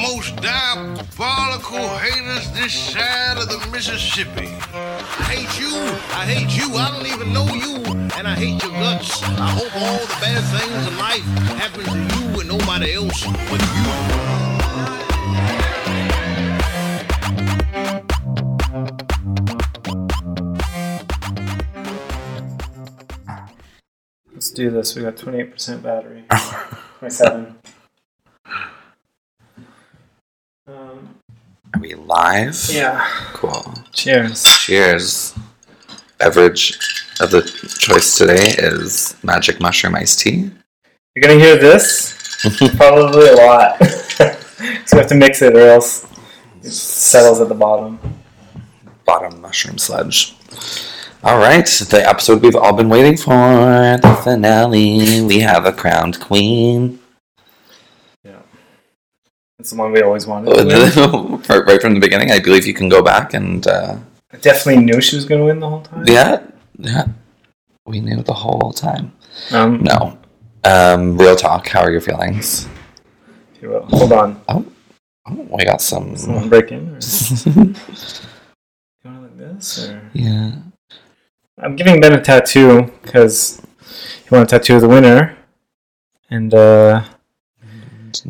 most diabolical haters this side of the Mississippi. I hate you. I hate you. I don't even know you. And I hate your guts. I hope all the bad things in life happen to you and nobody else but you. Let's do this. We got 28% battery. 27. um, Are we live? yeah. Cool. Cheers. Cheers. Beverage of the choice today is magic mushroom iced tea. You're going to hear this? Probably a lot. so we have to mix it or else it settles at the bottom. Bottom mushroom sludge. All right, the episode we've all been waiting for, the finale. We have a crowned queen. It's the one we always wanted. Oh, To win. right, right from the beginning, I believe you can go back and uh, I definitely knew she was going to win the whole time. yeah, yeah. We knew the whole time. Um, No. Um, real talk. How are your feelings? if you will. Hold on. Oh, oh I got some. Someone break in? Or... You want to like this? Or... yeah. I'm giving Ben a tattoo because he wanted a tattoo of the winner. And, uh,.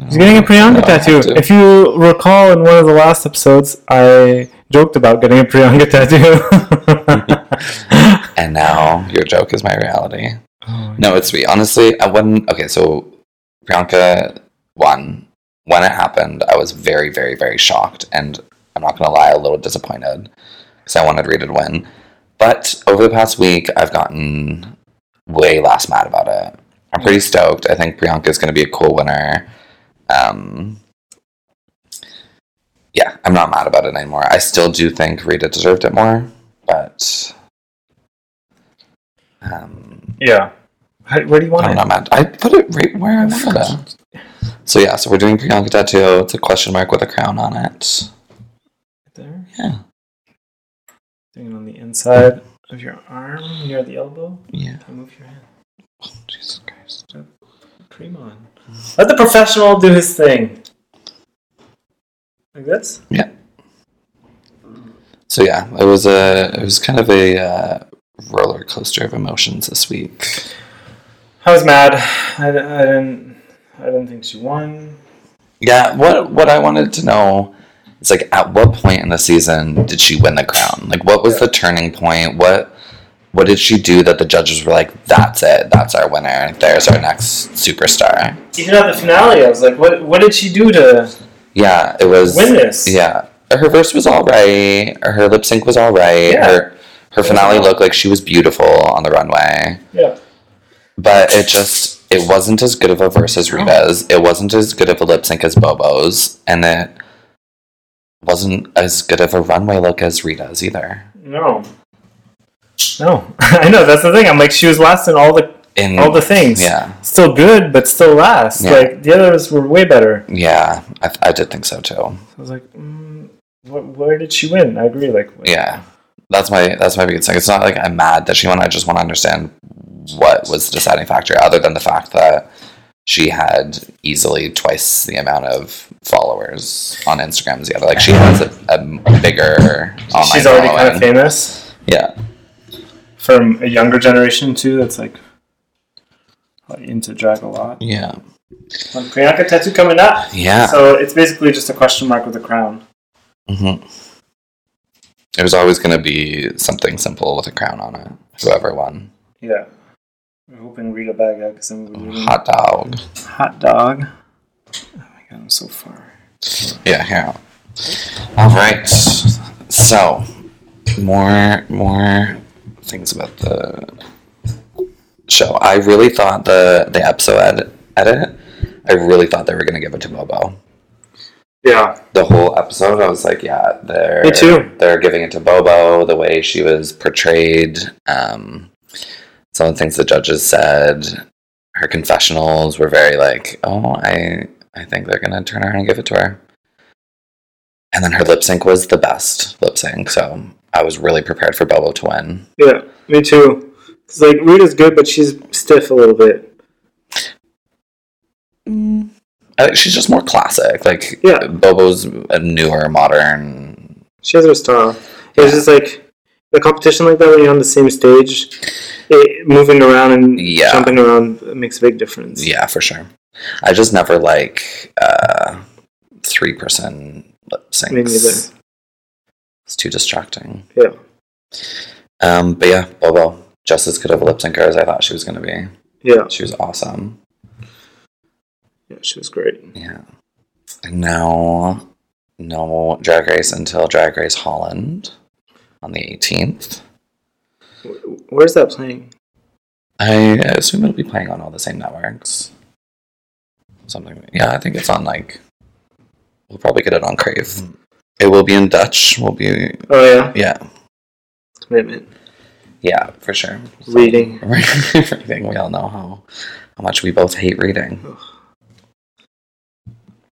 He's getting a Priyanka No, I have tattoo. to. If you recall in one of the last episodes, I joked about getting a Priyanka tattoo. And now your joke is my reality. oh, No, it's sweet. Honestly, I wouldn't. Okay, so Priyanka won. When it happened, I was very, very, very shocked. And I'm not going to lie, a little disappointed because I wanted Rita to win. But over the past week, I've gotten way less mad about it. I'm pretty stoked. I think Priyanka is going to be a cool winner. Um, yeah, I'm not mad about it anymore. I still do think Rita deserved it more, but. Um, yeah. How, where do you want I'm it? not mad. I put it right where I wanted it. So yeah, so we're doing Priyanka tattoo. It's a question mark with a crown on it. There. Yeah, Doing it on the inside of your arm, near the elbow. yeah. Now move your hand. Oh, Jesus Christ. Cream on. Let the professional do his thing. Like this? Yeah. So yeah, it was a it was kind of a uh, roller coaster of emotions this week. I was mad. I, d- I didn't. I didn't think she won. Yeah, what what I wanted to know is like at what point in the season did she win the crown? Like what was the turning point? What what did she do that the judges were like, that's it, that's our winner, there's our next superstar? Even at the finale, I was like, "What? What did she do to Yeah, it was win this?" Yeah, her verse was all right. Her lip sync was all right. Yeah. Her her finale looked like she was beautiful on the runway, Yeah. but it just it wasn't as good of a verse as Rita's. Oh. It wasn't as good of a lip sync as Bobo's, and it wasn't as good of a runway look as Rita's either. No. No. I know, that's the thing. I'm like, she was last in all the In all the things. yeah, Still good, but still last. Yeah. Like, the others were way better. yeah, I, I did think so too. I was like, mm, wh- where did she win? I agree. Like, Yeah, that's my that's my biggest thing. It's not like I'm mad that she won. I just want to understand what was the deciding factor, other than the fact that she had easily twice the amount of followers on Instagram as the other. Like she has a, a bigger online she's already kind following. of famous Yeah, from a younger generation, too, that's like into drag a lot. yeah, Like, Priyanka tattoo coming up. yeah. So it's basically just a question mark with a crown. hmm It was always going to be something simple with a crown on it. Whoever won, Yeah. We're hoping Rita Baga, because then we're doing hot dog. hot dog. Oh my god, I'm so far. Yeah, yeah. All right. So, more more things about the show. I really thought the the episode ed- edit. I really thought they were gonna give it to Bobo. Yeah. The whole episode, I was like, yeah, they're Me too. They're giving it to Bobo. The way she was portrayed. Um, some of the things the judges said. Her confessionals were very like, oh, I I think they're gonna turn her and give it to her. And then her lip sync was the best lip sync, so I was really prepared for Bobo to win. Yeah, me too. Cause like Rita's good, but she's stiff a little bit. I I, she's just more classic. Like Yeah. Bobo's a newer, modern. She has her style. It's just like a competition like that when you're on the same stage, it, moving around and Yeah. jumping around makes a big difference. Yeah, for sure. I just never like uh, three person lip syncs. Me neither. It's too distracting. Yeah. Um, but yeah, Bobo just as good of a lip syncer as I thought she was going to be. Yeah. She was awesome. Yeah, she was great. Yeah. And now, no Drag Race until Drag Race Holland on the 18th. Wh- Where's that playing? I assume it'll be playing on all the same networks. Something. Yeah, I think it's on like. We'll probably get it on Crave. It will be in Dutch. We'll be. Oh yeah, Yeah. commitment. Yeah, for sure. Reading. Reading. We all know how, how much we both hate reading.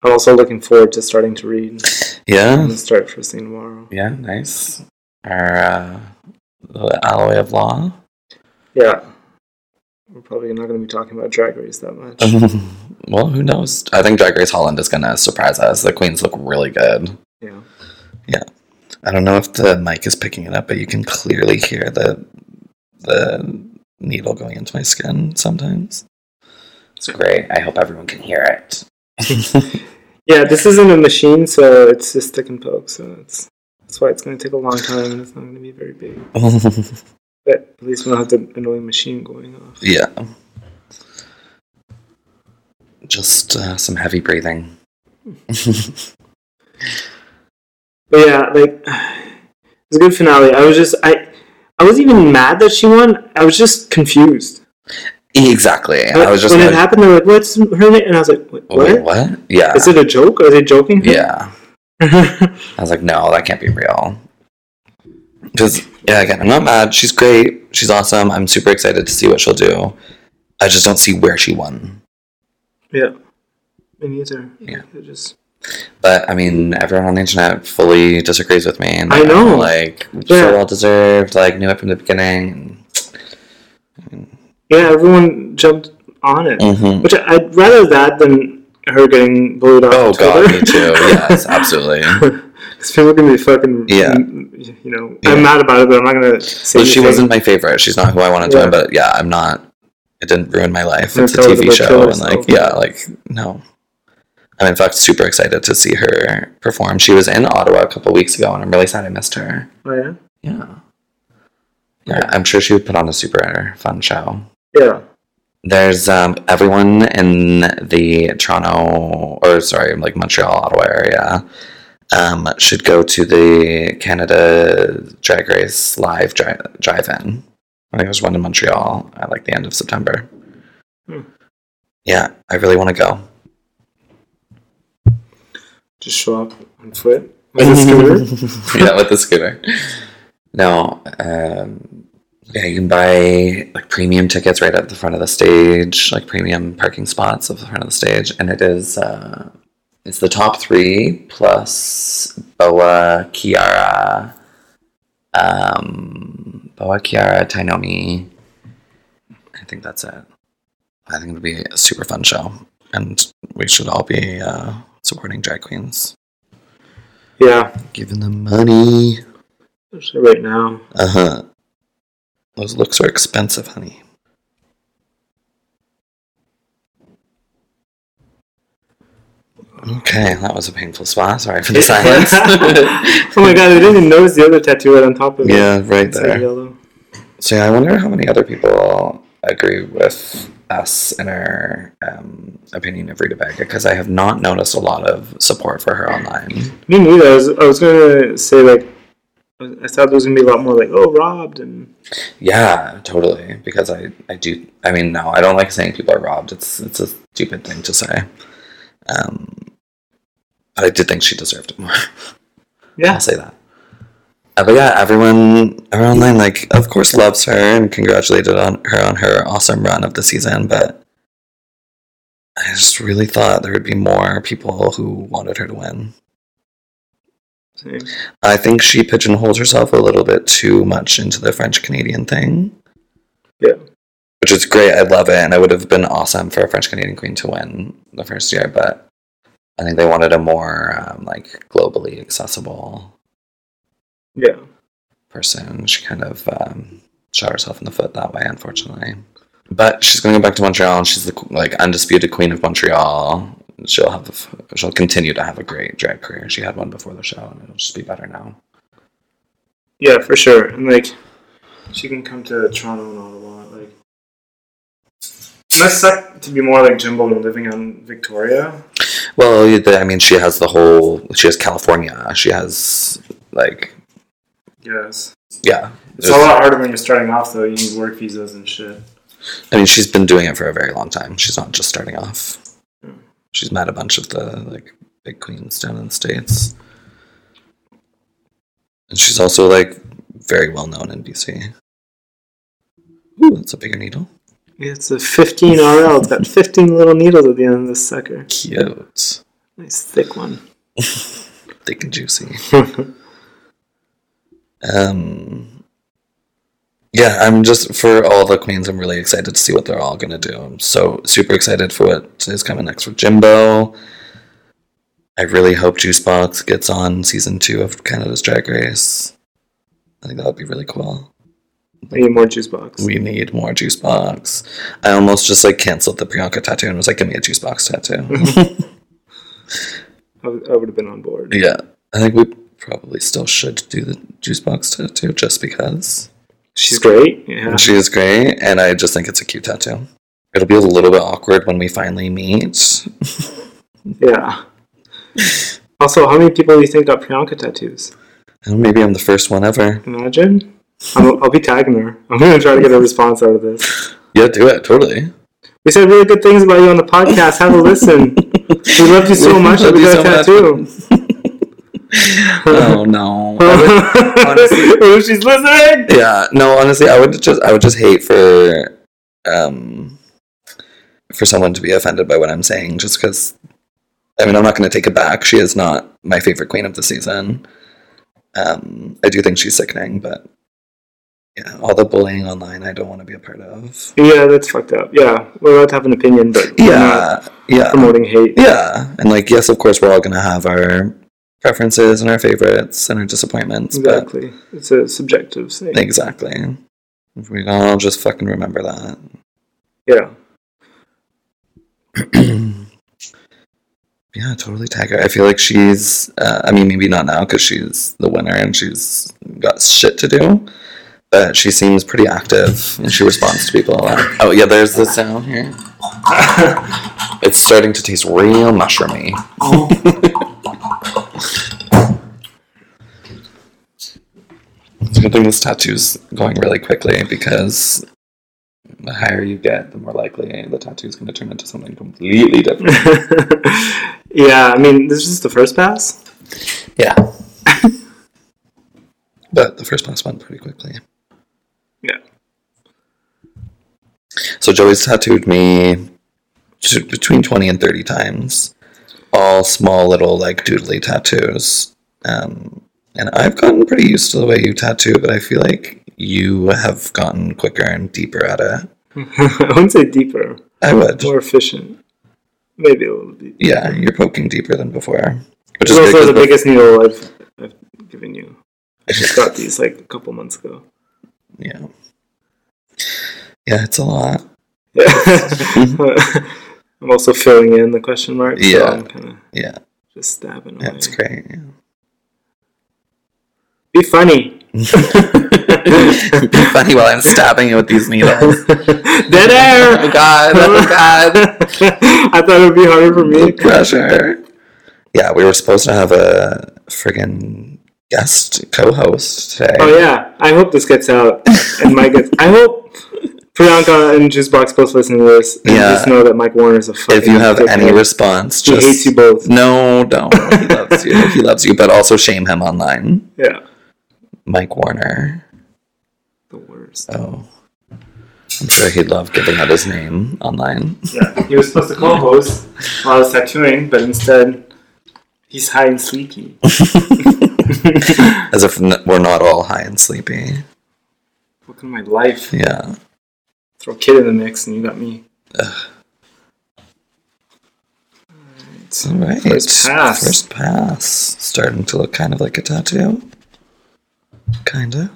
I'm also looking forward to starting to read. I'm Yeah. gonna start first thing tomorrow. Yeah, nice. Our uh, the alloy of law. Yeah. We're probably not going to be talking about Drag Race that much. Uh-huh. well, who knows? I think Drag Race Holland is gonna surprise us. The queens look really good. Yeah. I don't know if the mic is picking it up, but you can clearly hear the the needle going into my skin sometimes. It's great. I hope everyone can hear it. Yeah, this isn't a machine, so it's just stick and poke. So it's that's why it's going to take a long time and it's not going to be very big. But at least we don't have the annoying machine going off. yeah. Just uh, some heavy breathing. But yeah, like it's a good finale. I was just I I was even mad that she won. I was just confused. exactly. I was just when it like, Oh, happened, they were like, "What's her name?" And I was like, "Wait, "What? wait, what? Yeah. Is it a joke? Are they joking?" yeah. yeah, I was like, no, that can't be real. Because, yeah, again, I'm not mad. She's great. She's awesome. I'm super excited to see what she'll do. I just don't see where she won. me neither. Yeah. I just But, I mean, everyone on the internet fully disagrees with me. And I they're know. Like, Yeah. so well deserved. Like, knew it from the beginning. yeah, everyone jumped on it, hmm which I, I'd rather that than her getting bullied on Oh, Twitter. God, me too. Yes, absolutely. Because people can be fucking. mm, Yeah. You know, Yeah. I'm mad about it, but I'm not gonna say But she anything. wasn't my favorite. She's not who I wanted to Yeah. win, but yeah, I'm not. It didn't ruin my life. Yeah, It's a tell her to TV go show, kill and like, herself. yeah, like no. I'm in fact super excited to see her perform. She was in Ottawa a couple weeks ago, and I'm really sad I missed her. Oh, yeah. Yeah, yeah, I'm sure she would put on a super fun show. Yeah. There's um, everyone in the Toronto or sorry, like Montreal, Ottawa area um, should go to the Canada Drag Race live dri- drive-in. I think there's one in Montreal at like the end of September. Hmm. Yeah, I really want to go. Just show up on foot with a Mm-hmm. scooter. yeah, with the scooter. No, um, yeah, you can buy like premium tickets right at the front of the stage, like premium parking spots at the front of the stage, and it is uh, it's the top three plus Boa Kiara, um, Boa Kiara Tainomi. I think that's it. I think it'll be a super fun show, and we should all be uh, supporting drag queens, yeah. giving them money. Especially Right now. Uh huh. Those looks are expensive, honey. Okay, that was a painful spot. Sorry for the silence. oh my god, I didn't even notice the other tattoo right on top of it. yeah, right It's like there. yellow. So yeah, I wonder how many other people agree with us in our um, opinion of Rita Vega because I have not noticed a lot of support for her online. Me neither. I was, I was gonna say, like, I thought there was gonna be a lot more like, oh, robbed and. Yeah, totally. Because I, I do. I mean, no, I don't like saying people are robbed. It's it's a stupid thing to say. Um, but I did think she deserved it more. Yeah. I'll say that. Uh, but yeah, everyone, everyone online, like, of course, loves her and congratulated on her on her awesome run of the season. But I just really thought there would be more people who wanted her to win. Same. I think she pigeonholed herself a little bit too much into the French Canadian thing. Yeah. Which is great. I love it. And it would have been awesome for a French Canadian queen to win the first year. But I think they wanted a more um, like globally accessible Yeah. person. She kind of um, shot herself in the foot that way, unfortunately. But she's going to go back to Montreal. and She's the qu- like undisputed queen of Montreal. She'll have the f- she'll continue to have a great drag career. She had one before the show, and it'll just be better now. Yeah, for sure. And like, she can come to Toronto and Ottawa. Like, and that's suck to be more like Jimbo and living on Victoria. Well, you- the- I mean, she has the whole. She has California. She has like Yes, yeah. it's a lot harder when you're starting off though. You need work visas and shit. I mean, she's been doing it for a very long time. She's not just starting off. She's met a bunch of the like big queens down in the states, and she's also like very well known in BC. Ooh, that's a bigger needle. It's a 15 RL. It's got 15 little needles at the end of this sucker. Cute, Nice thick one. thick and juicy. yeah, Um, yeah, I'm just for all the queens. I'm really excited to see what they're all gonna do. I'm so super excited for what is coming next for Jimbo. I really hope Juicebox gets on season two of Canada's Drag Race. I think that would be really cool. I need more juice box. We need more Juicebox. I almost just like canceled the Priyanka tattoo and was like, "Give me a Juicebox tattoo." I would I would have been on board. yeah, I think we probably still should do the Juicebox tattoo just because. She's great. Yeah. She is great, and I just think it's a cute tattoo. It'll be a little bit awkward when we finally meet. Yeah. Also, how many people do you think got Priyanka tattoos? And maybe I'm the first one ever. Imagine. I'm, I'll be tagging her. I'm gonna try to get a response out of this. Yeah, do it, totally. We said really good things about you on the podcast. Have a listen. We loved you so much that Love we you got a so tattoo. Oh no. honestly- Ooh, she's listening. yeah, no, honestly, I would just I would just hate for um for someone to be offended by what I'm saying just cuz I mean, I'm not going to take it back. She is not my favorite queen of the season. Um I do think she's sickening, but yeah, all the bullying online I don't want to be a part of. Yeah, that's fucked up. Yeah, we're allowed to have an opinion, but we're not Yeah, yeah, promoting hate. yeah. And like, yes, of course, we're all gonna have our preferences and our favorites and our disappointments. Exactly. It's a subjective thing. But exactly, if we can all just fucking remember that. Yeah. Yeah, totally tag her. I feel like she's. Uh, I mean, maybe not now because she's the winner and she's got shit to do. But she seems pretty active and she responds to people a lot. Oh yeah, there's the sound here. it's starting to taste real mushroomy. It's a good thing this tattoo's going really quickly because the higher you get, the more likely the tattoo's going to turn into something completely different. yeah, I mean, this is the first pass. Yeah. but the first pass went pretty quickly. Yeah. So Joey's tattooed me t- between 20 and 30 times. All small little, like, doodly tattoos. Um, and I've gotten pretty used to the way you tattoo, but I feel like you have gotten quicker and deeper at it. I wouldn't say deeper, I would. more efficient. Maybe a little bit. Yeah, you're poking deeper than before. Which It's is also good the 'cause biggest needle I've, I've given you. I just got these like a couple months ago. bef- Yeah. Yeah, it's a lot. I'm also filling in the question mark. So Mm-hmm. Yeah. I'm kind of Yeah, just stabbing away. that's great. yeah. Be funny. be funny while I'm stabbing you with these needles. Dead air. Oh my god, oh my god. I thought it would be harder for me. The pressure. Yeah, we were supposed to have a friggin' guest co host today. Oh yeah, I hope this gets out and Mike gets. I hope Priyanka and Juicebox both listen to this and Yeah. just know that Mike Warner's a fucking. If you have any dickhead. response, he just. hates you both. No, don't. He loves you. He loves you, but also shame him online. Yeah, Mike Warner. the worst. Oh. I'm sure he'd love giving out his name online. Yeah, he was supposed to co-host while I was tattooing, but instead he's high and sleepy. As if n- we're not all high and sleepy. Look at my life. Yeah. Throw kid in the mix, and you got me. All right. First pass. First pass. Starting to look kind of like a tattoo. Kinda.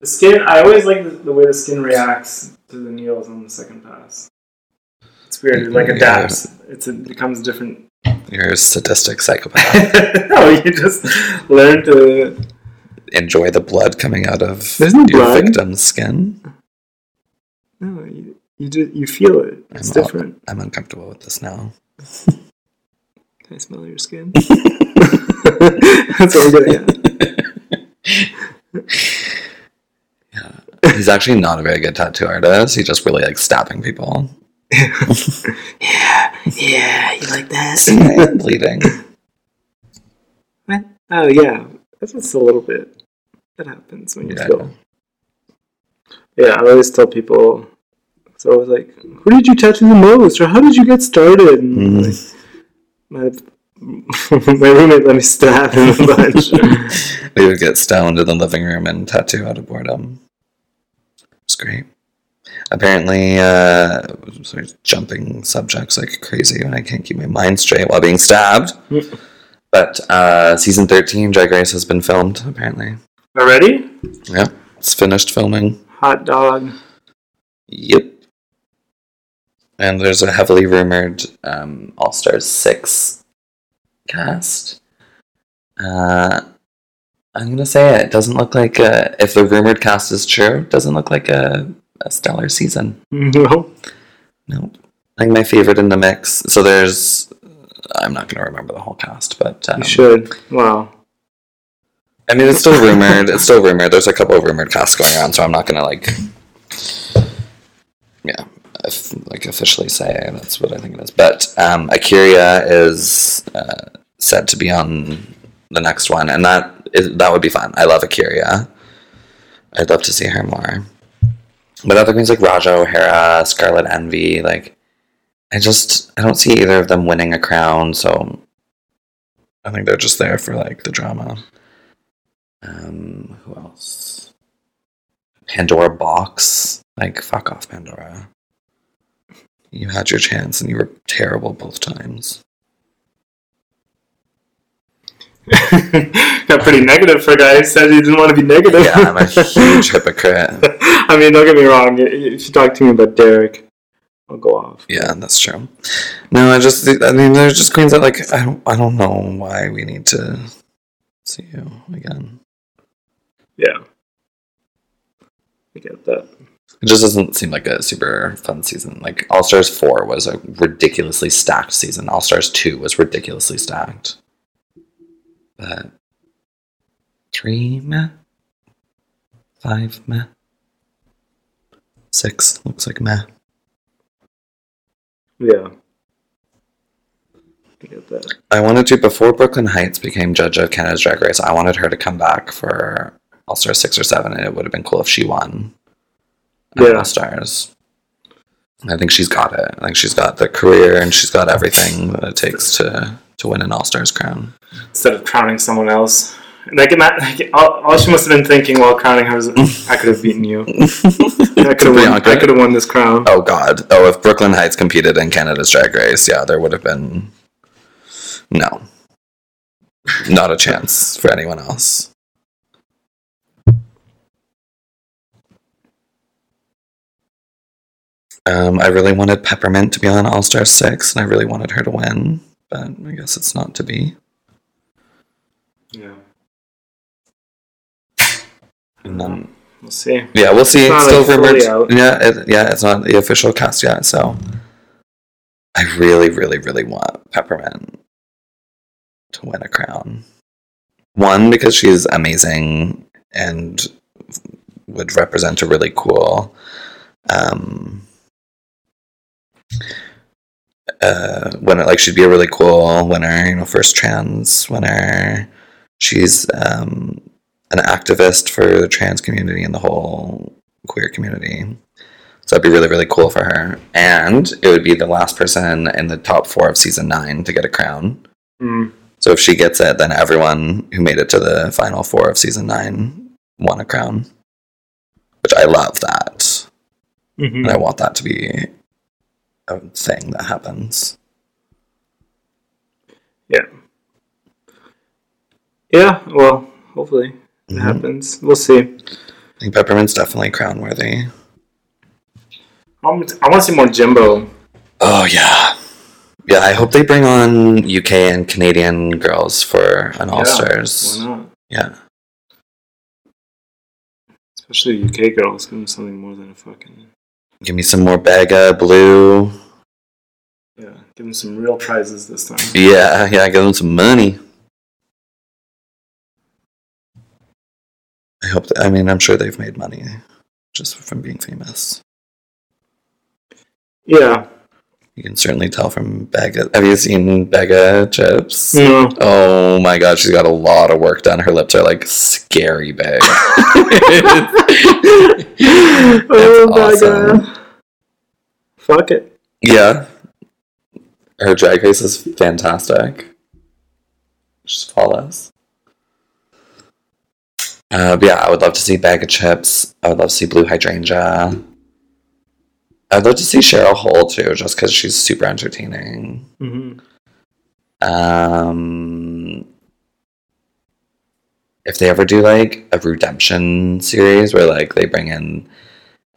The skin. I always like the, the way the skin reacts to the needles on the second pass. It's weird. It like Yeah. adapts. It's a, becomes different. You're a sadistic psychopath. no, you just learn to. Enjoy the blood coming out of There's no your blood. victim's skin. No, you you, do, you feel it. It's I'm all- different. I'm uncomfortable with this now. Can I smell your skin? That's what we're getting at. He's actually not a very good tattoo artist. He just really likes stabbing people. Yeah, you like that? See, I am bleeding. Oh yeah, that's just a little bit. That happens when you Yeah. feel. Yeah, I always tell people. It's always like, "Who did you tattoo the most?" or "How did you get started?" And like, my my roommate let me stab him a bunch. We would get stoned in the living room and tattoo out of boredom. It's great. Apparently, uh, sort of jumping subjects like crazy when I can't keep my mind straight while being stabbed. but uh, season 13, Drag Race, has been filmed, apparently. Already? Yep, it's finished filming. Hot dog. Yep. And there's a heavily rumored um, All Stars 6 cast. Uh, I'm going to say it. doesn't look like a. If the rumored cast is true, doesn't look like a, a stellar season. No. Nope. I think my favorite in the mix. So there's. I'm not going to remember the whole cast, but. Um, You should. Wow. I mean, it's still rumored. It's still rumored. There's a couple of rumored casts going around, so I'm not gonna like, yeah, if, like officially say that's what I think it is. But um, Akira is uh, set to be on the next one, and that is, that would be fun. I love Akira. I'd love to see her more. But other queens like Raja O'Hara, Scarlet Envy, like I just I don't see either of them winning a crown, so I think they're just there for like the drama. Um, who else? Pandora Box. Like, fuck off, Pandora. You had your chance and you were terrible both times. Got pretty negative for a guy who said he didn't want to be negative. Yeah, I'm a huge hypocrite. I mean, don't get me wrong. If you talk to me about Derek, I'll go off. Yeah, that's true. No, I just, I mean, there's just queens that, like, I don't, I don't know why we need to see you again. Yeah. I get that. It just doesn't seem like a super fun season. Like, All Stars 4 was a ridiculously stacked season, All Stars 2 was ridiculously stacked. But. Three meh. Five meh. Six looks like meh. Yeah. I get that. I wanted to, before Brooklyn Heights became judge of Canada's Drag Race, I wanted her to come back for All Stars 6 or 7, and it would have been cool if she won. at Yeah. All Stars. I think she's got it. I think she's got the career and she's got everything that it takes to, to win an All Stars crown. Instead of crowning someone else. Like, ima- like all, all she must have been thinking while crowning her was, I could have beaten you. I could have won. I Bianca. could have won this crown. Oh God! Oh, if Brooklyn Heights competed in Canada's Drag Race, yeah, there would have been no, not a chance for anyone else. Um, I really wanted Peppermint to be on All Star Six, and I really wanted her to win, but I guess it's not to be. Yeah. And then, We'll see. yeah, we'll see. It's It's not, still like, fully rumored. out. Yeah, it, yeah, it's not the official cast yet, so I really, really, really want Peppermint to win a crown. One because she's amazing and would represent a really cool um uh winner like she'd be a really cool winner, you know, first trans winner. She's um an activist for the trans community and the whole queer community. So that'd be really, really cool for her. And it would be the last person in the top four of season nine to get a crown. Mm. So if she gets it, then everyone who made it to the final four of season nine won a crown. Which I love that. hmm Mm-hmm. And I want that to be a thing that happens. Yeah, well, hopefully it Mm-hmm. happens. We'll see. I think Peppermint's definitely crown worthy. I'm, Um, I want to see more Jimbo. Oh yeah, yeah. I hope they bring on UK and Canadian girls for an All Stars. Why not? Yeah, Especially UK girls. Give them something more than a fucking. give me some more Bega Blue. Yeah, give them some real prizes this time. Yeah, yeah. Give them some money. I hope. That, I mean, I'm sure they've made money just from being famous. Yeah. You can certainly tell from Bega. Have you seen Bega Chips? No. Oh my god, she's got a lot of work done. Her lips are like scary big. oh my awesome. god. Fuck it. yeah. Her drag race is fantastic. She's flawless. Uh, but yeah, I would love to see Bag of Chips. I would love to see Blue Hydrangea. I'd love to see Cheryl Hole too, just because she's super entertaining. Mm-hmm. Um, if they ever do like a redemption series where like they bring in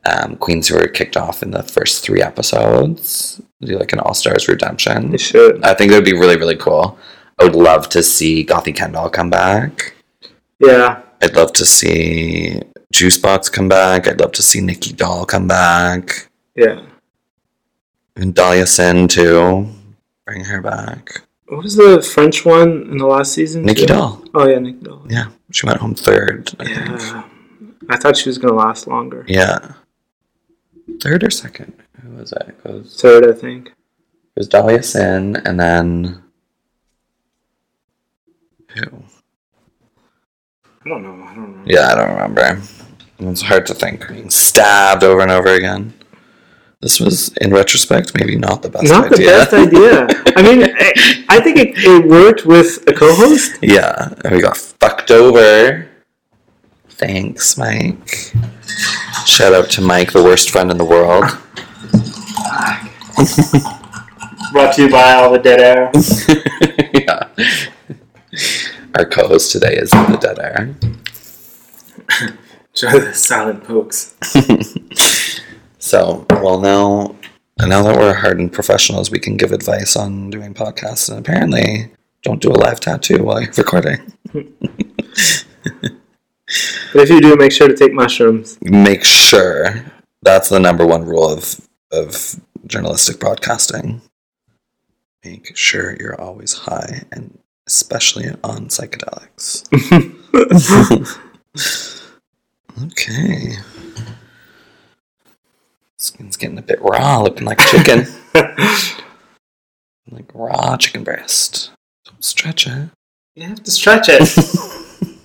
um, queens who were kicked off in the first three episodes, do like an All Stars redemption. They should. I think that would be really really cool. I would love to see Gothy Kendall come back. Yeah. I'd love to see Juicebox come back. I'd love to see Nikki Doll come back Yeah. and Dahlia Sin too. Bring her back. What was the French one in the last season? Nikki too? Doll. Oh yeah, Nikki Doll. Yeah, she went home third. I think. Yeah. I thought she was gonna last longer. Yeah. Third or second? Who was that? It was, Third, I think. it was Dahlia Sin and then. Who? I don't know. I don't know. Yeah, I don't remember. It's hard to think. Being stabbed over and over again. This was, in retrospect, maybe not the best Not the idea. best idea. I mean, I, I think it, it worked with a co-host. yeah, and we got fucked over. Thanks, Mike. Shout out to Mike, the worst friend in the world. Brought to you by all the dead air. yeah. Our co host today is in the dead air. Try the silent pokes. So, well, now, and now that we're hardened professionals, we can give advice on doing podcasts. And apparently, don't do a live tattoo while you're recording. But if you do, make sure to take mushrooms. Make sure that's the number one rule of of journalistic broadcasting. Make sure you're always high, and especially on psychedelics. okay. Skin's getting a bit raw, looking like chicken. like raw chicken breast. Don't stretch it. You have to stretch it.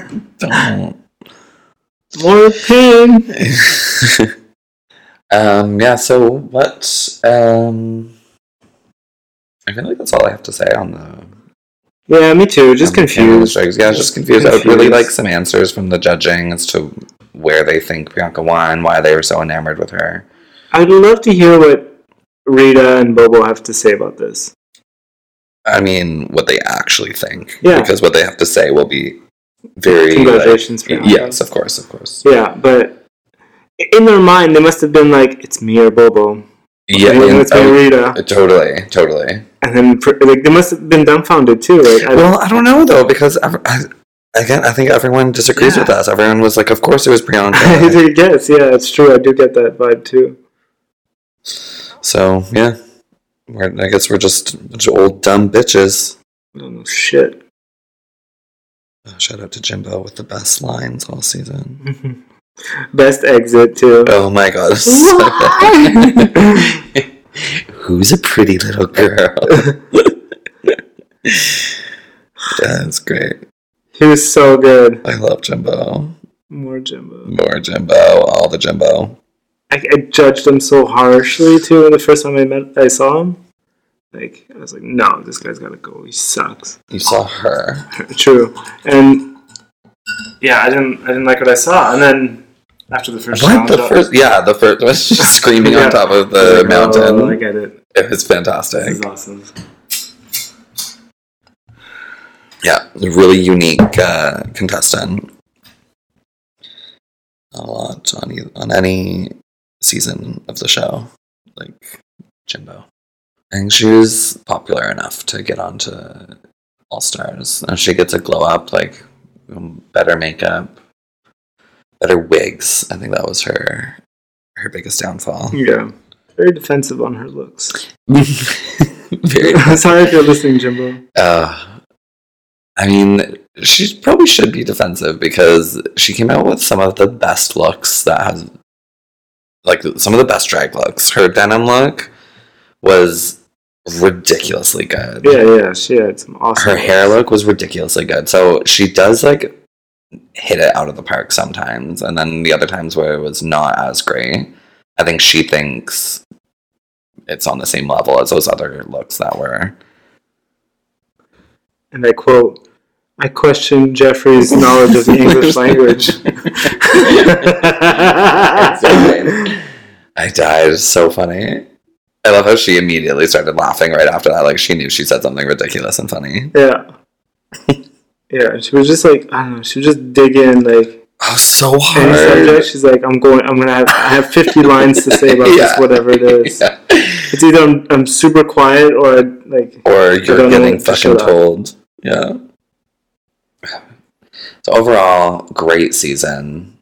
Don't. More pain. um. Yeah. So what? Um. I feel like that's all I have to say on the. Yeah, me too. on Just the confused. Canada's judges. Yeah, I was just confused. I would really Confused. like some answers from the judging as to where they think Priyanka won, why they were so enamored with her. I'd love to hear what Rita and Bobo have to say about this. I mean, what they actually think. Yeah. Because what they have to say will be very. Like, Congratulations, Priyanka. yes, of course, of course. Yeah, but in their mind, they must have been like, "It's me or Bobo." Yeah. and and- it's me, oh, Rita. totally. Totally. And then, pr- like, they must have been dumbfounded too. Like, I Well, I don't know though because I, I, again, I think everyone disagrees Yeah. with us. Everyone was like, "Of course it was I Priyanka." do guess, yeah, it's true. I do get that vibe too. so yeah, we're, I guess we're just a bunch of old dumb bitches. I don't know shit. Oh, shout out to Jimbo with the best lines all season. Best exit too. Oh my god, this is so bad. who's a pretty little girl? That's great. He was so good. I love Jimbo. More Jimbo. More Jimbo. All the Jimbo. I, I judged him so harshly too. When the first time I met, I saw him. Like I was like, no, this guy's gotta go. He sucks. You saw her. True. And yeah, I didn't. I didn't like what I saw. And then after the first What round, the first? Yeah, the first was just screaming Yeah. on top of I was the like, mountain. Oh, I get it. it This was fantastic. is awesome. Yeah, a really unique uh, contestant. Not a lot on e- on any season of the show, like Jimbo. I think she was popular enough to get onto All Stars, and she gets a glow up, like um, better makeup, better wigs. I think that was her her biggest downfall. Yeah. Very defensive on her looks. Very. Sorry if you're listening, Jimbo. Uh, I mean, she probably should be defensive because she came out with some of the best looks that has, like, some of the best drag looks. Her denim look was ridiculously good. Yeah, yeah, she had some awesome. Her hair look was ridiculously good. So she does, like, hit it out of the park sometimes. And then the other times where it was not as great, I think she thinks it's on the same level as those other looks that were. And I quote, I question Jeffrey's knowledge of the English language. I died. It's so funny. I love how she immediately started laughing right after that. Like she knew she said something ridiculous and funny. yeah. Yeah, and she was just like, I don't know, she would just dig in, like, Oh, so any hard. subject. She's like, I'm going, I'm gonna have, I have 50 lines to say about this, Yeah. whatever it is. Yeah. It's either I'm, I'm super quiet or I, like, Or don't know you're getting what to fucking shut up. told. Yeah. So overall, great season.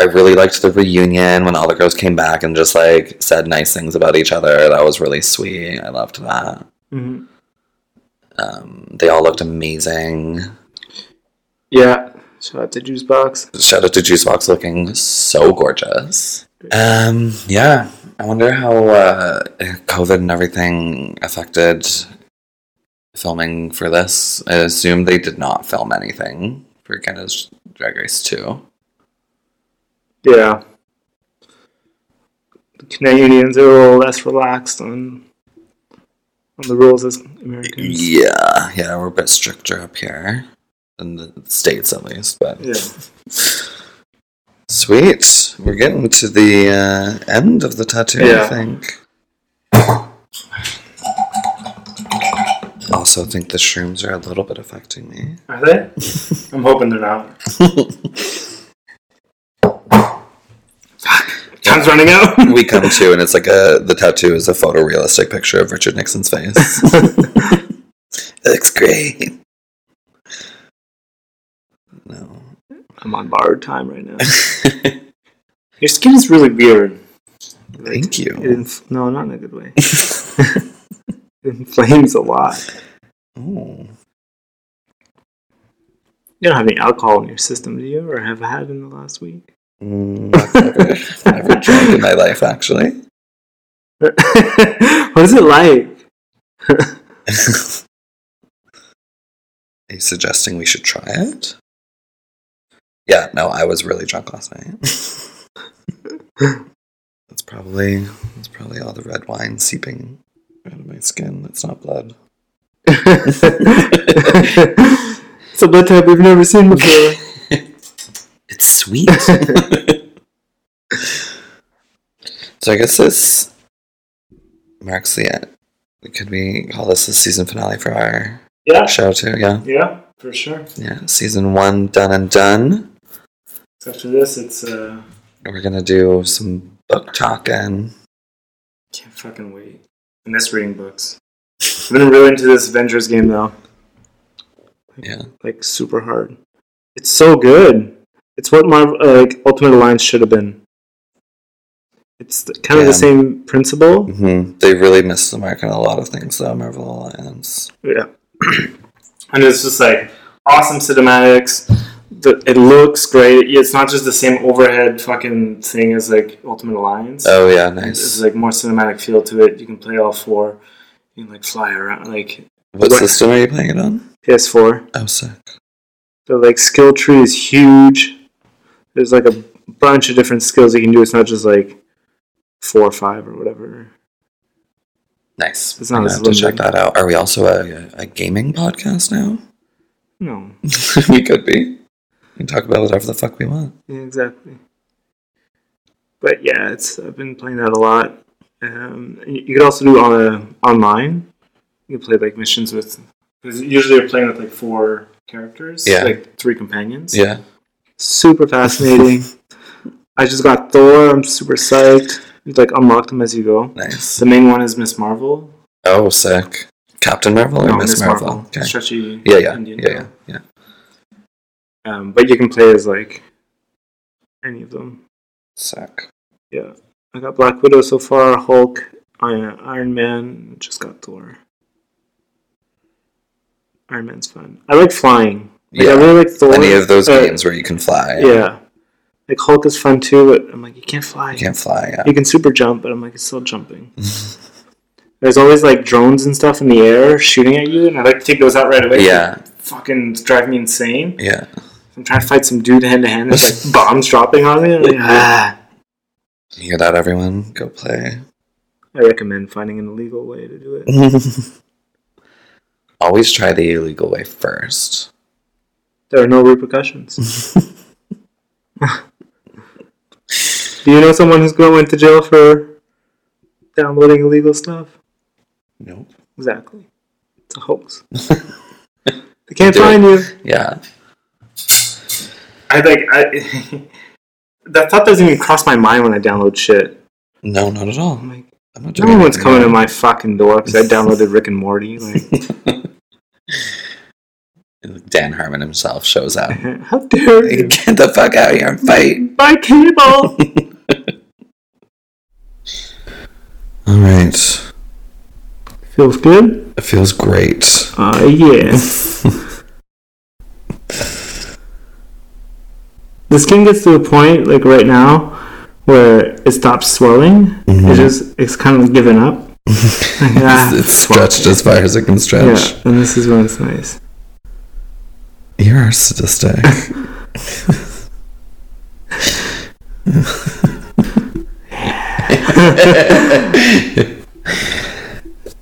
I really liked the reunion when all the girls came back and just like said nice things about each other. That was really sweet. I loved that. mhm. Um, they all looked amazing. yeah. Shout out to Juice Box. Shout out to Juicebox looking so gorgeous. Um, yeah, I wonder how uh, COVID and everything affected filming for this. I assume they did not film anything for Canada's Drag Race 2. Yeah. The Canadians are a little less relaxed on on the rules as Americans. Yeah, yeah, we're a bit stricter up here. In the States, at least, but Yeah. sweet. We're getting to the uh, end of the tattoo, I Yeah. think. Also, think the shrooms are a little bit affecting me. Are they? I'm hoping they're not. Time's running out. we come to, and it's like a the tattoo is a photorealistic picture of Richard Nixon's face. Looks great. No. I'm on borrowed time right now. Your skin is really weird. It Thank you. inf- no, not in a good way. It inflames a lot. oh. You don't have any alcohol in your system, do you? Or have had in the last week? Mm, I've never, never drank in my life, actually. what is it like? Are you suggesting we should try it? Yeah, no, I was really drunk last night. that's probably that's probably all the red wine seeping out of my skin. That's not blood. it's a blood type we've never seen before. It's sweet. so I guess this marks the end. Could we call this the season finale for our Yeah, show too? Yeah, yeah, for sure. yeah. Season one done and done. So after this, it's uh, We're gonna do some book talking. can't fucking wait. I miss reading books. I've been really into this Avengers game though, Yeah, like super hard. It's so good. It's what Marvel, uh, like Ultimate Alliance should have been. It's th- kind of the Yeah. same principle. hmm they really missed the mark on a lot of things, though. Marvel Alliance. Yeah, and it's just like awesome cinematics. The, it looks great. It's not just the same overhead fucking thing as like Ultimate Alliance. Oh yeah, It's nice. like more cinematic feel to it. You can play all four. You can like fly around like What system are you playing it on? PS4. Oh, sick. The like skill tree is huge. There's like a bunch of different skills you can do. It's not just like four or five or whatever. Nice. It's It's not not as have to check limited. that out. Are we also a, a gaming podcast now? No. we could be. We can talk about whatever the fuck we want. Yeah, exactly. But yeah, it's I've been playing that a lot. Um, you you could also do on a, online. You can play like missions with Because usually you're playing with like four characters, Yeah. like three companions. Yeah. Super fascinating. I just got Thor. I'm super psyched. You like unlock them as you go. Nice. The main one is Miss Marvel. Oh, sick. Captain Marvel or No, Oh, Miss Marvel? Okay. Stretchy. Yeah, yeah, Indian yeah, girl. yeah, yeah. Um, but you can play as like any of them. Sick. Yeah, I got Black Widow so far. Hulk, Iron, Iron Man. Just got Thor. Iron Man's fun. I like flying. Like, I Yeah. really like Thor. Any of those uh, games where you can fly? Yeah, like Hulk is fun too, but I'm like you can't fly. You can't fly. Yeah. You can super jump, but I'm like it's still jumping. There's always like drones and stuff in the air shooting at you, and I like to take those out right away. 'cause Yeah. they fucking drive me insane. Yeah. I'm trying to fight some dude hand to hand. There's like bombs dropping on me. I'm like, ah. You hear that, everyone? Go play. I recommend finding an illegal way to do it. Always try the illegal way first. There are no repercussions. do you know someone who's going went to jail for downloading illegal stuff? Nope. Exactly. It's a hoax. they can't Do it. find you. Yeah. I like I. that thought doesn't even cross my mind when I download shit. No, not at all. I'm like, I'm not doing no one's anything coming to wrong. my fucking door because I downloaded Rick and Morty. Like, Dan Harmon himself shows up. how dare Like, you? Get the fuck out of here and fight. My cable. All right. Feels good. It feels great. Uh, yeah. the skin gets to a point, like right now, where it stops swelling. It just it's kind of given up. Like, ah, It's, it's fuck stretched as far as it can stretch. Yeah, and this is when it's nice. You're a statistic.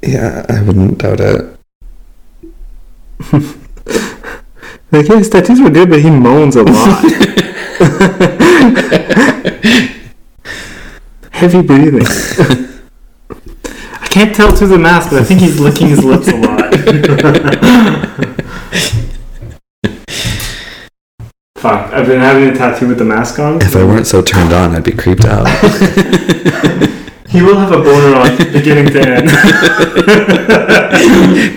yeah, I wouldn't doubt it. Like, yeah, his tattoos were good, but he moans a lot. Heavy breathing. I can't tell through the mask, but I think he's licking his lips a lot. Fuck, I've been having a tattoo with the mask on. If I weren't so turned on, I'd be creeped out. He will have a boner on beginning to end.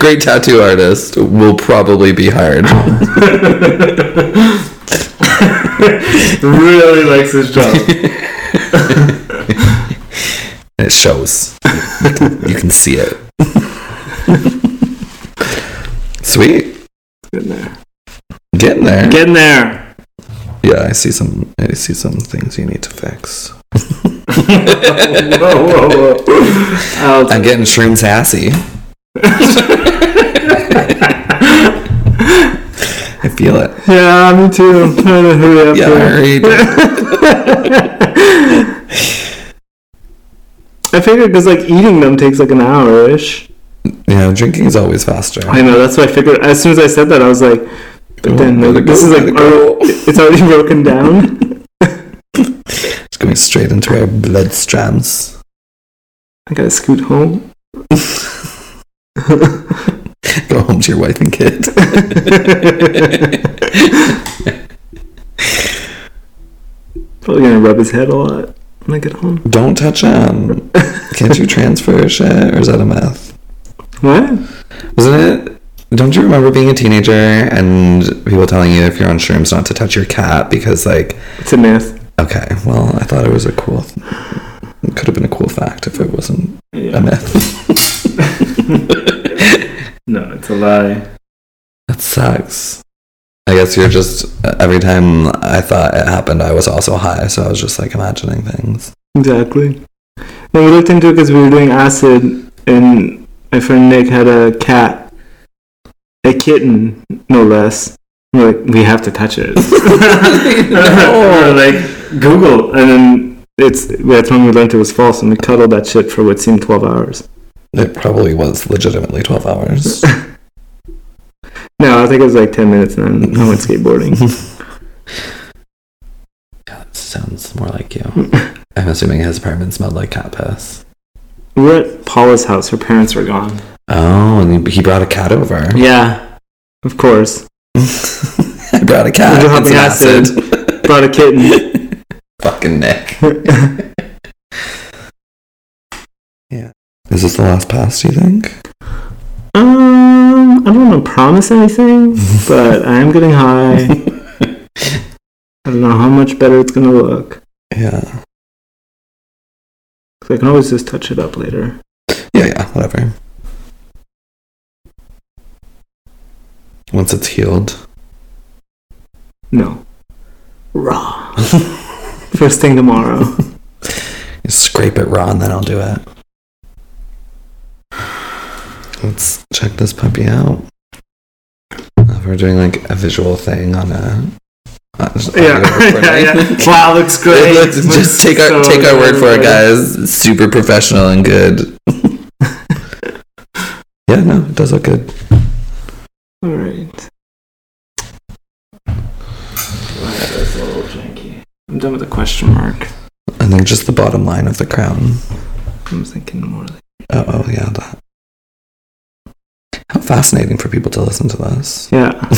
Great tattoo artist will probably be hired. really likes his job. And it shows. you can see it. Sweet. Getting there. Getting there. Getting there. yeah, I see some I see some things you need to fix. whoa, whoa, whoa. I'll I'm getting shrooms assy. I feel it. Yeah, me too. I'm trying to hurry up. Yeah, here. alright. I figured because like eating them takes like an hour ish. yeah, drinking is always faster. I know that's what I figured. As soon as I said that, I was like, but then Let it this go, is let like it go. it's already broken down. It's going straight into our blood strands. I gotta scoot home. Go home to your wife and kid. Probably gonna rub his head a lot when I get home. Don't touch him. Can't you transfer shit? Or is that a myth? What? Wasn't it? Don't you remember being a teenager and people telling you if you're on shrooms not to touch your cat because, like, It's a myth. okay, well, I thought it was a cool. it could have been a cool fact if it wasn't a Yeah. myth. No, it's a lie. that sucks. I guess you're just. Every time I thought it happened, I was also high, so I was just like imagining things. Exactly. No, we looked into it because we were doing acid, and my friend Nick had a cat, a kitten, no less. We're like, we have to touch it. We're like, Google, and then it's that's when we learned it was false, and we cuddled that shit for what seemed twelve hours. It probably was legitimately 12 hours. No, I think it was like ten minutes, and then I went skateboarding. God, sounds more like you. I'm assuming his apartment smelled like cat piss. we were at Paula's house; her parents were gone. Oh, and he brought a cat over. Yeah, of course. I brought a cat. You brought and the some Brought a kitten. acid. Fucking Nick. Is this the last pass, do you think? um, I don't want to promise anything, but I am getting high. I don't know how much better it's gonna look. yeah. 'Cause I can always just touch it up later. Yeah, yeah, whatever. Once it's healed. No. Raw. First thing tomorrow. You scrape it raw and then I'll do it. Let's check this puppy out. Uh, We're doing like a visual thing on a. on- on a yeah. yeah, recording. yeah. Wow, looks great. Let's just take So our take our word for it, good. guys. It's Super professional and good. yeah, no, it does look good. All right. That's a little janky. I'm done with the question mark. And then just the bottom line of the crown. I'm thinking more like Oh, oh yeah, that. How fascinating for people to listen to this. yeah,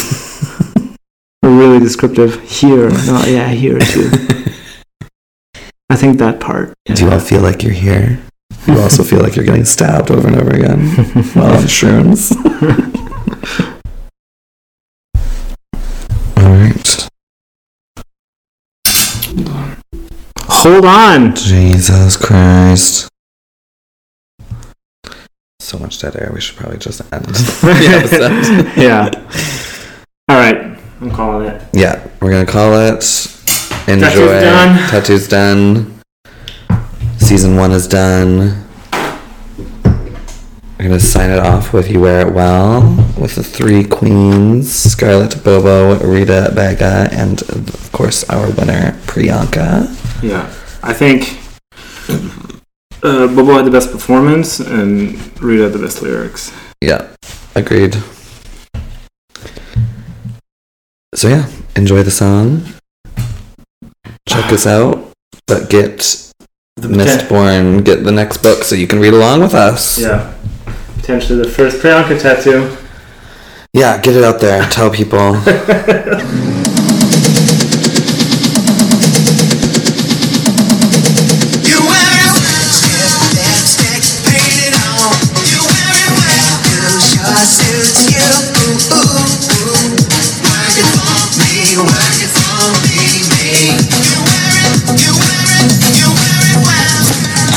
really descriptive. Here, no, yeah, here too. I think that part. Do you all feel like you're here? You also feel like you're getting stabbed over and over again while on shrooms. all right, Hold on. Jesus Christ. So much dead air. We should probably just end the episode. yeah. All right. I'm calling it. Yeah, we're gonna call it. Enjoy. done. Tattoos done. Season one is done. We're gonna sign it off with "You Wear It Well" with the three queens: Scarlett, Bobo, Rita, Vega, and of course our winner Priyanka. Yeah. I think uh, Bobo had the best performance and Rita had the best lyrics. Yeah, agreed. So yeah, enjoy the song. Check us out, but get Mistborn. Get the next book so you can read along with us. Yeah. Potentially the first Priyanka tattoo. Yeah, get it out there. Tell people. You wear it well, lipstick painted on. You wear it well, blue shirt suits you. Ooh ooh work it for me, work it for me, me. You wear it, you wear it, you wear it well.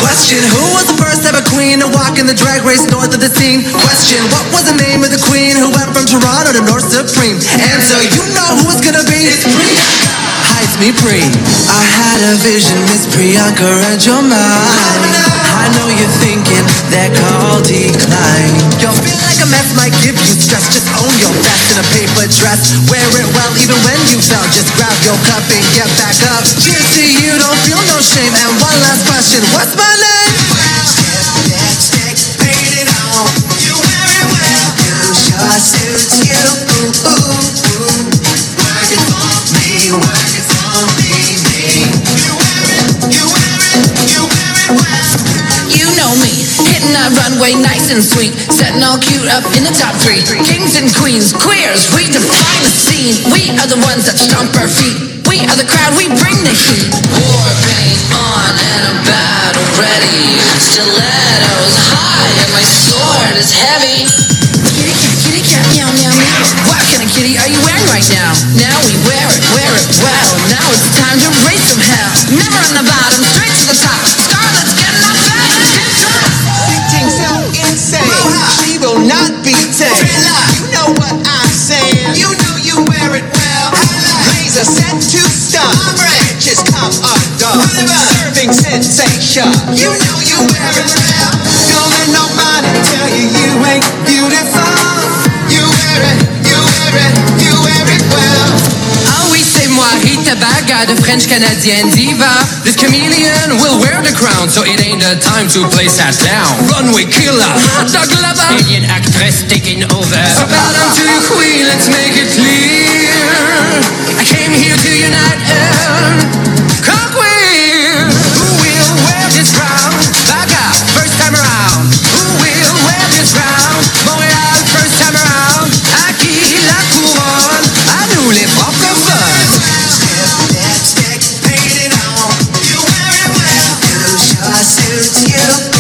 Question Who was the first ever queen to walk in the drag race north of the scene? Question What was the name of the queen who went from Toronto to North Supreme? Answer You know who it's gonna be? It's Priyanka! Hi, it's me, Pri. I had a vision, Miss Priyanka, read your mind. I know you're thinking that call decline. You'll feel like a mess might give you stress. Just own your best in a paper dress. Wear it well, even when you fell. Just grab your cup and get back up. Cheers to you, don't feel no shame. And one last question, what's my name? Lipstick painted on. You wear it well, blue shirt suits you. Ooh ooh work it for me, work it for me, me. You wear it, you wear it, you wear it well. You know me, hitting that runway nice and sweet, setting all cute up in the top three. Kings and queens, queers, we define the scene. We are the ones that stomp our feet. We are the crowd, we bring the heat. War paint on and I'm battle ready. Stilettos high and my sword is heavy. Kitty cat, kitty cat, meow meow meow. What kind of kitty are you wearing right now? Now we wear it, wear it well. Now it's time to raise some hell. Never on the bottom, straight to the top. Scarlet's getting up Things so insane. She will not be tamed. You know what I'm saying. uh, You know you wear it well. uh, Laser set to stun. Bitches come undone. Serving sensation. You know you wear it well. Don't let nobody tell you you ain't beautiful. You wear it, you wear it, you wear it well. Ah oui, c'est moi, Rita Baga, the French Canadian diva. This chameleon will wear the crown, so it ain't a time to place that down. Runway killer, hot dog lover, alien actress taking over. So bow down to your queen, let's make it clear. I came here to unite and conquer. Who will wear this crown? Baga, first time around. Who will wear this crown? you.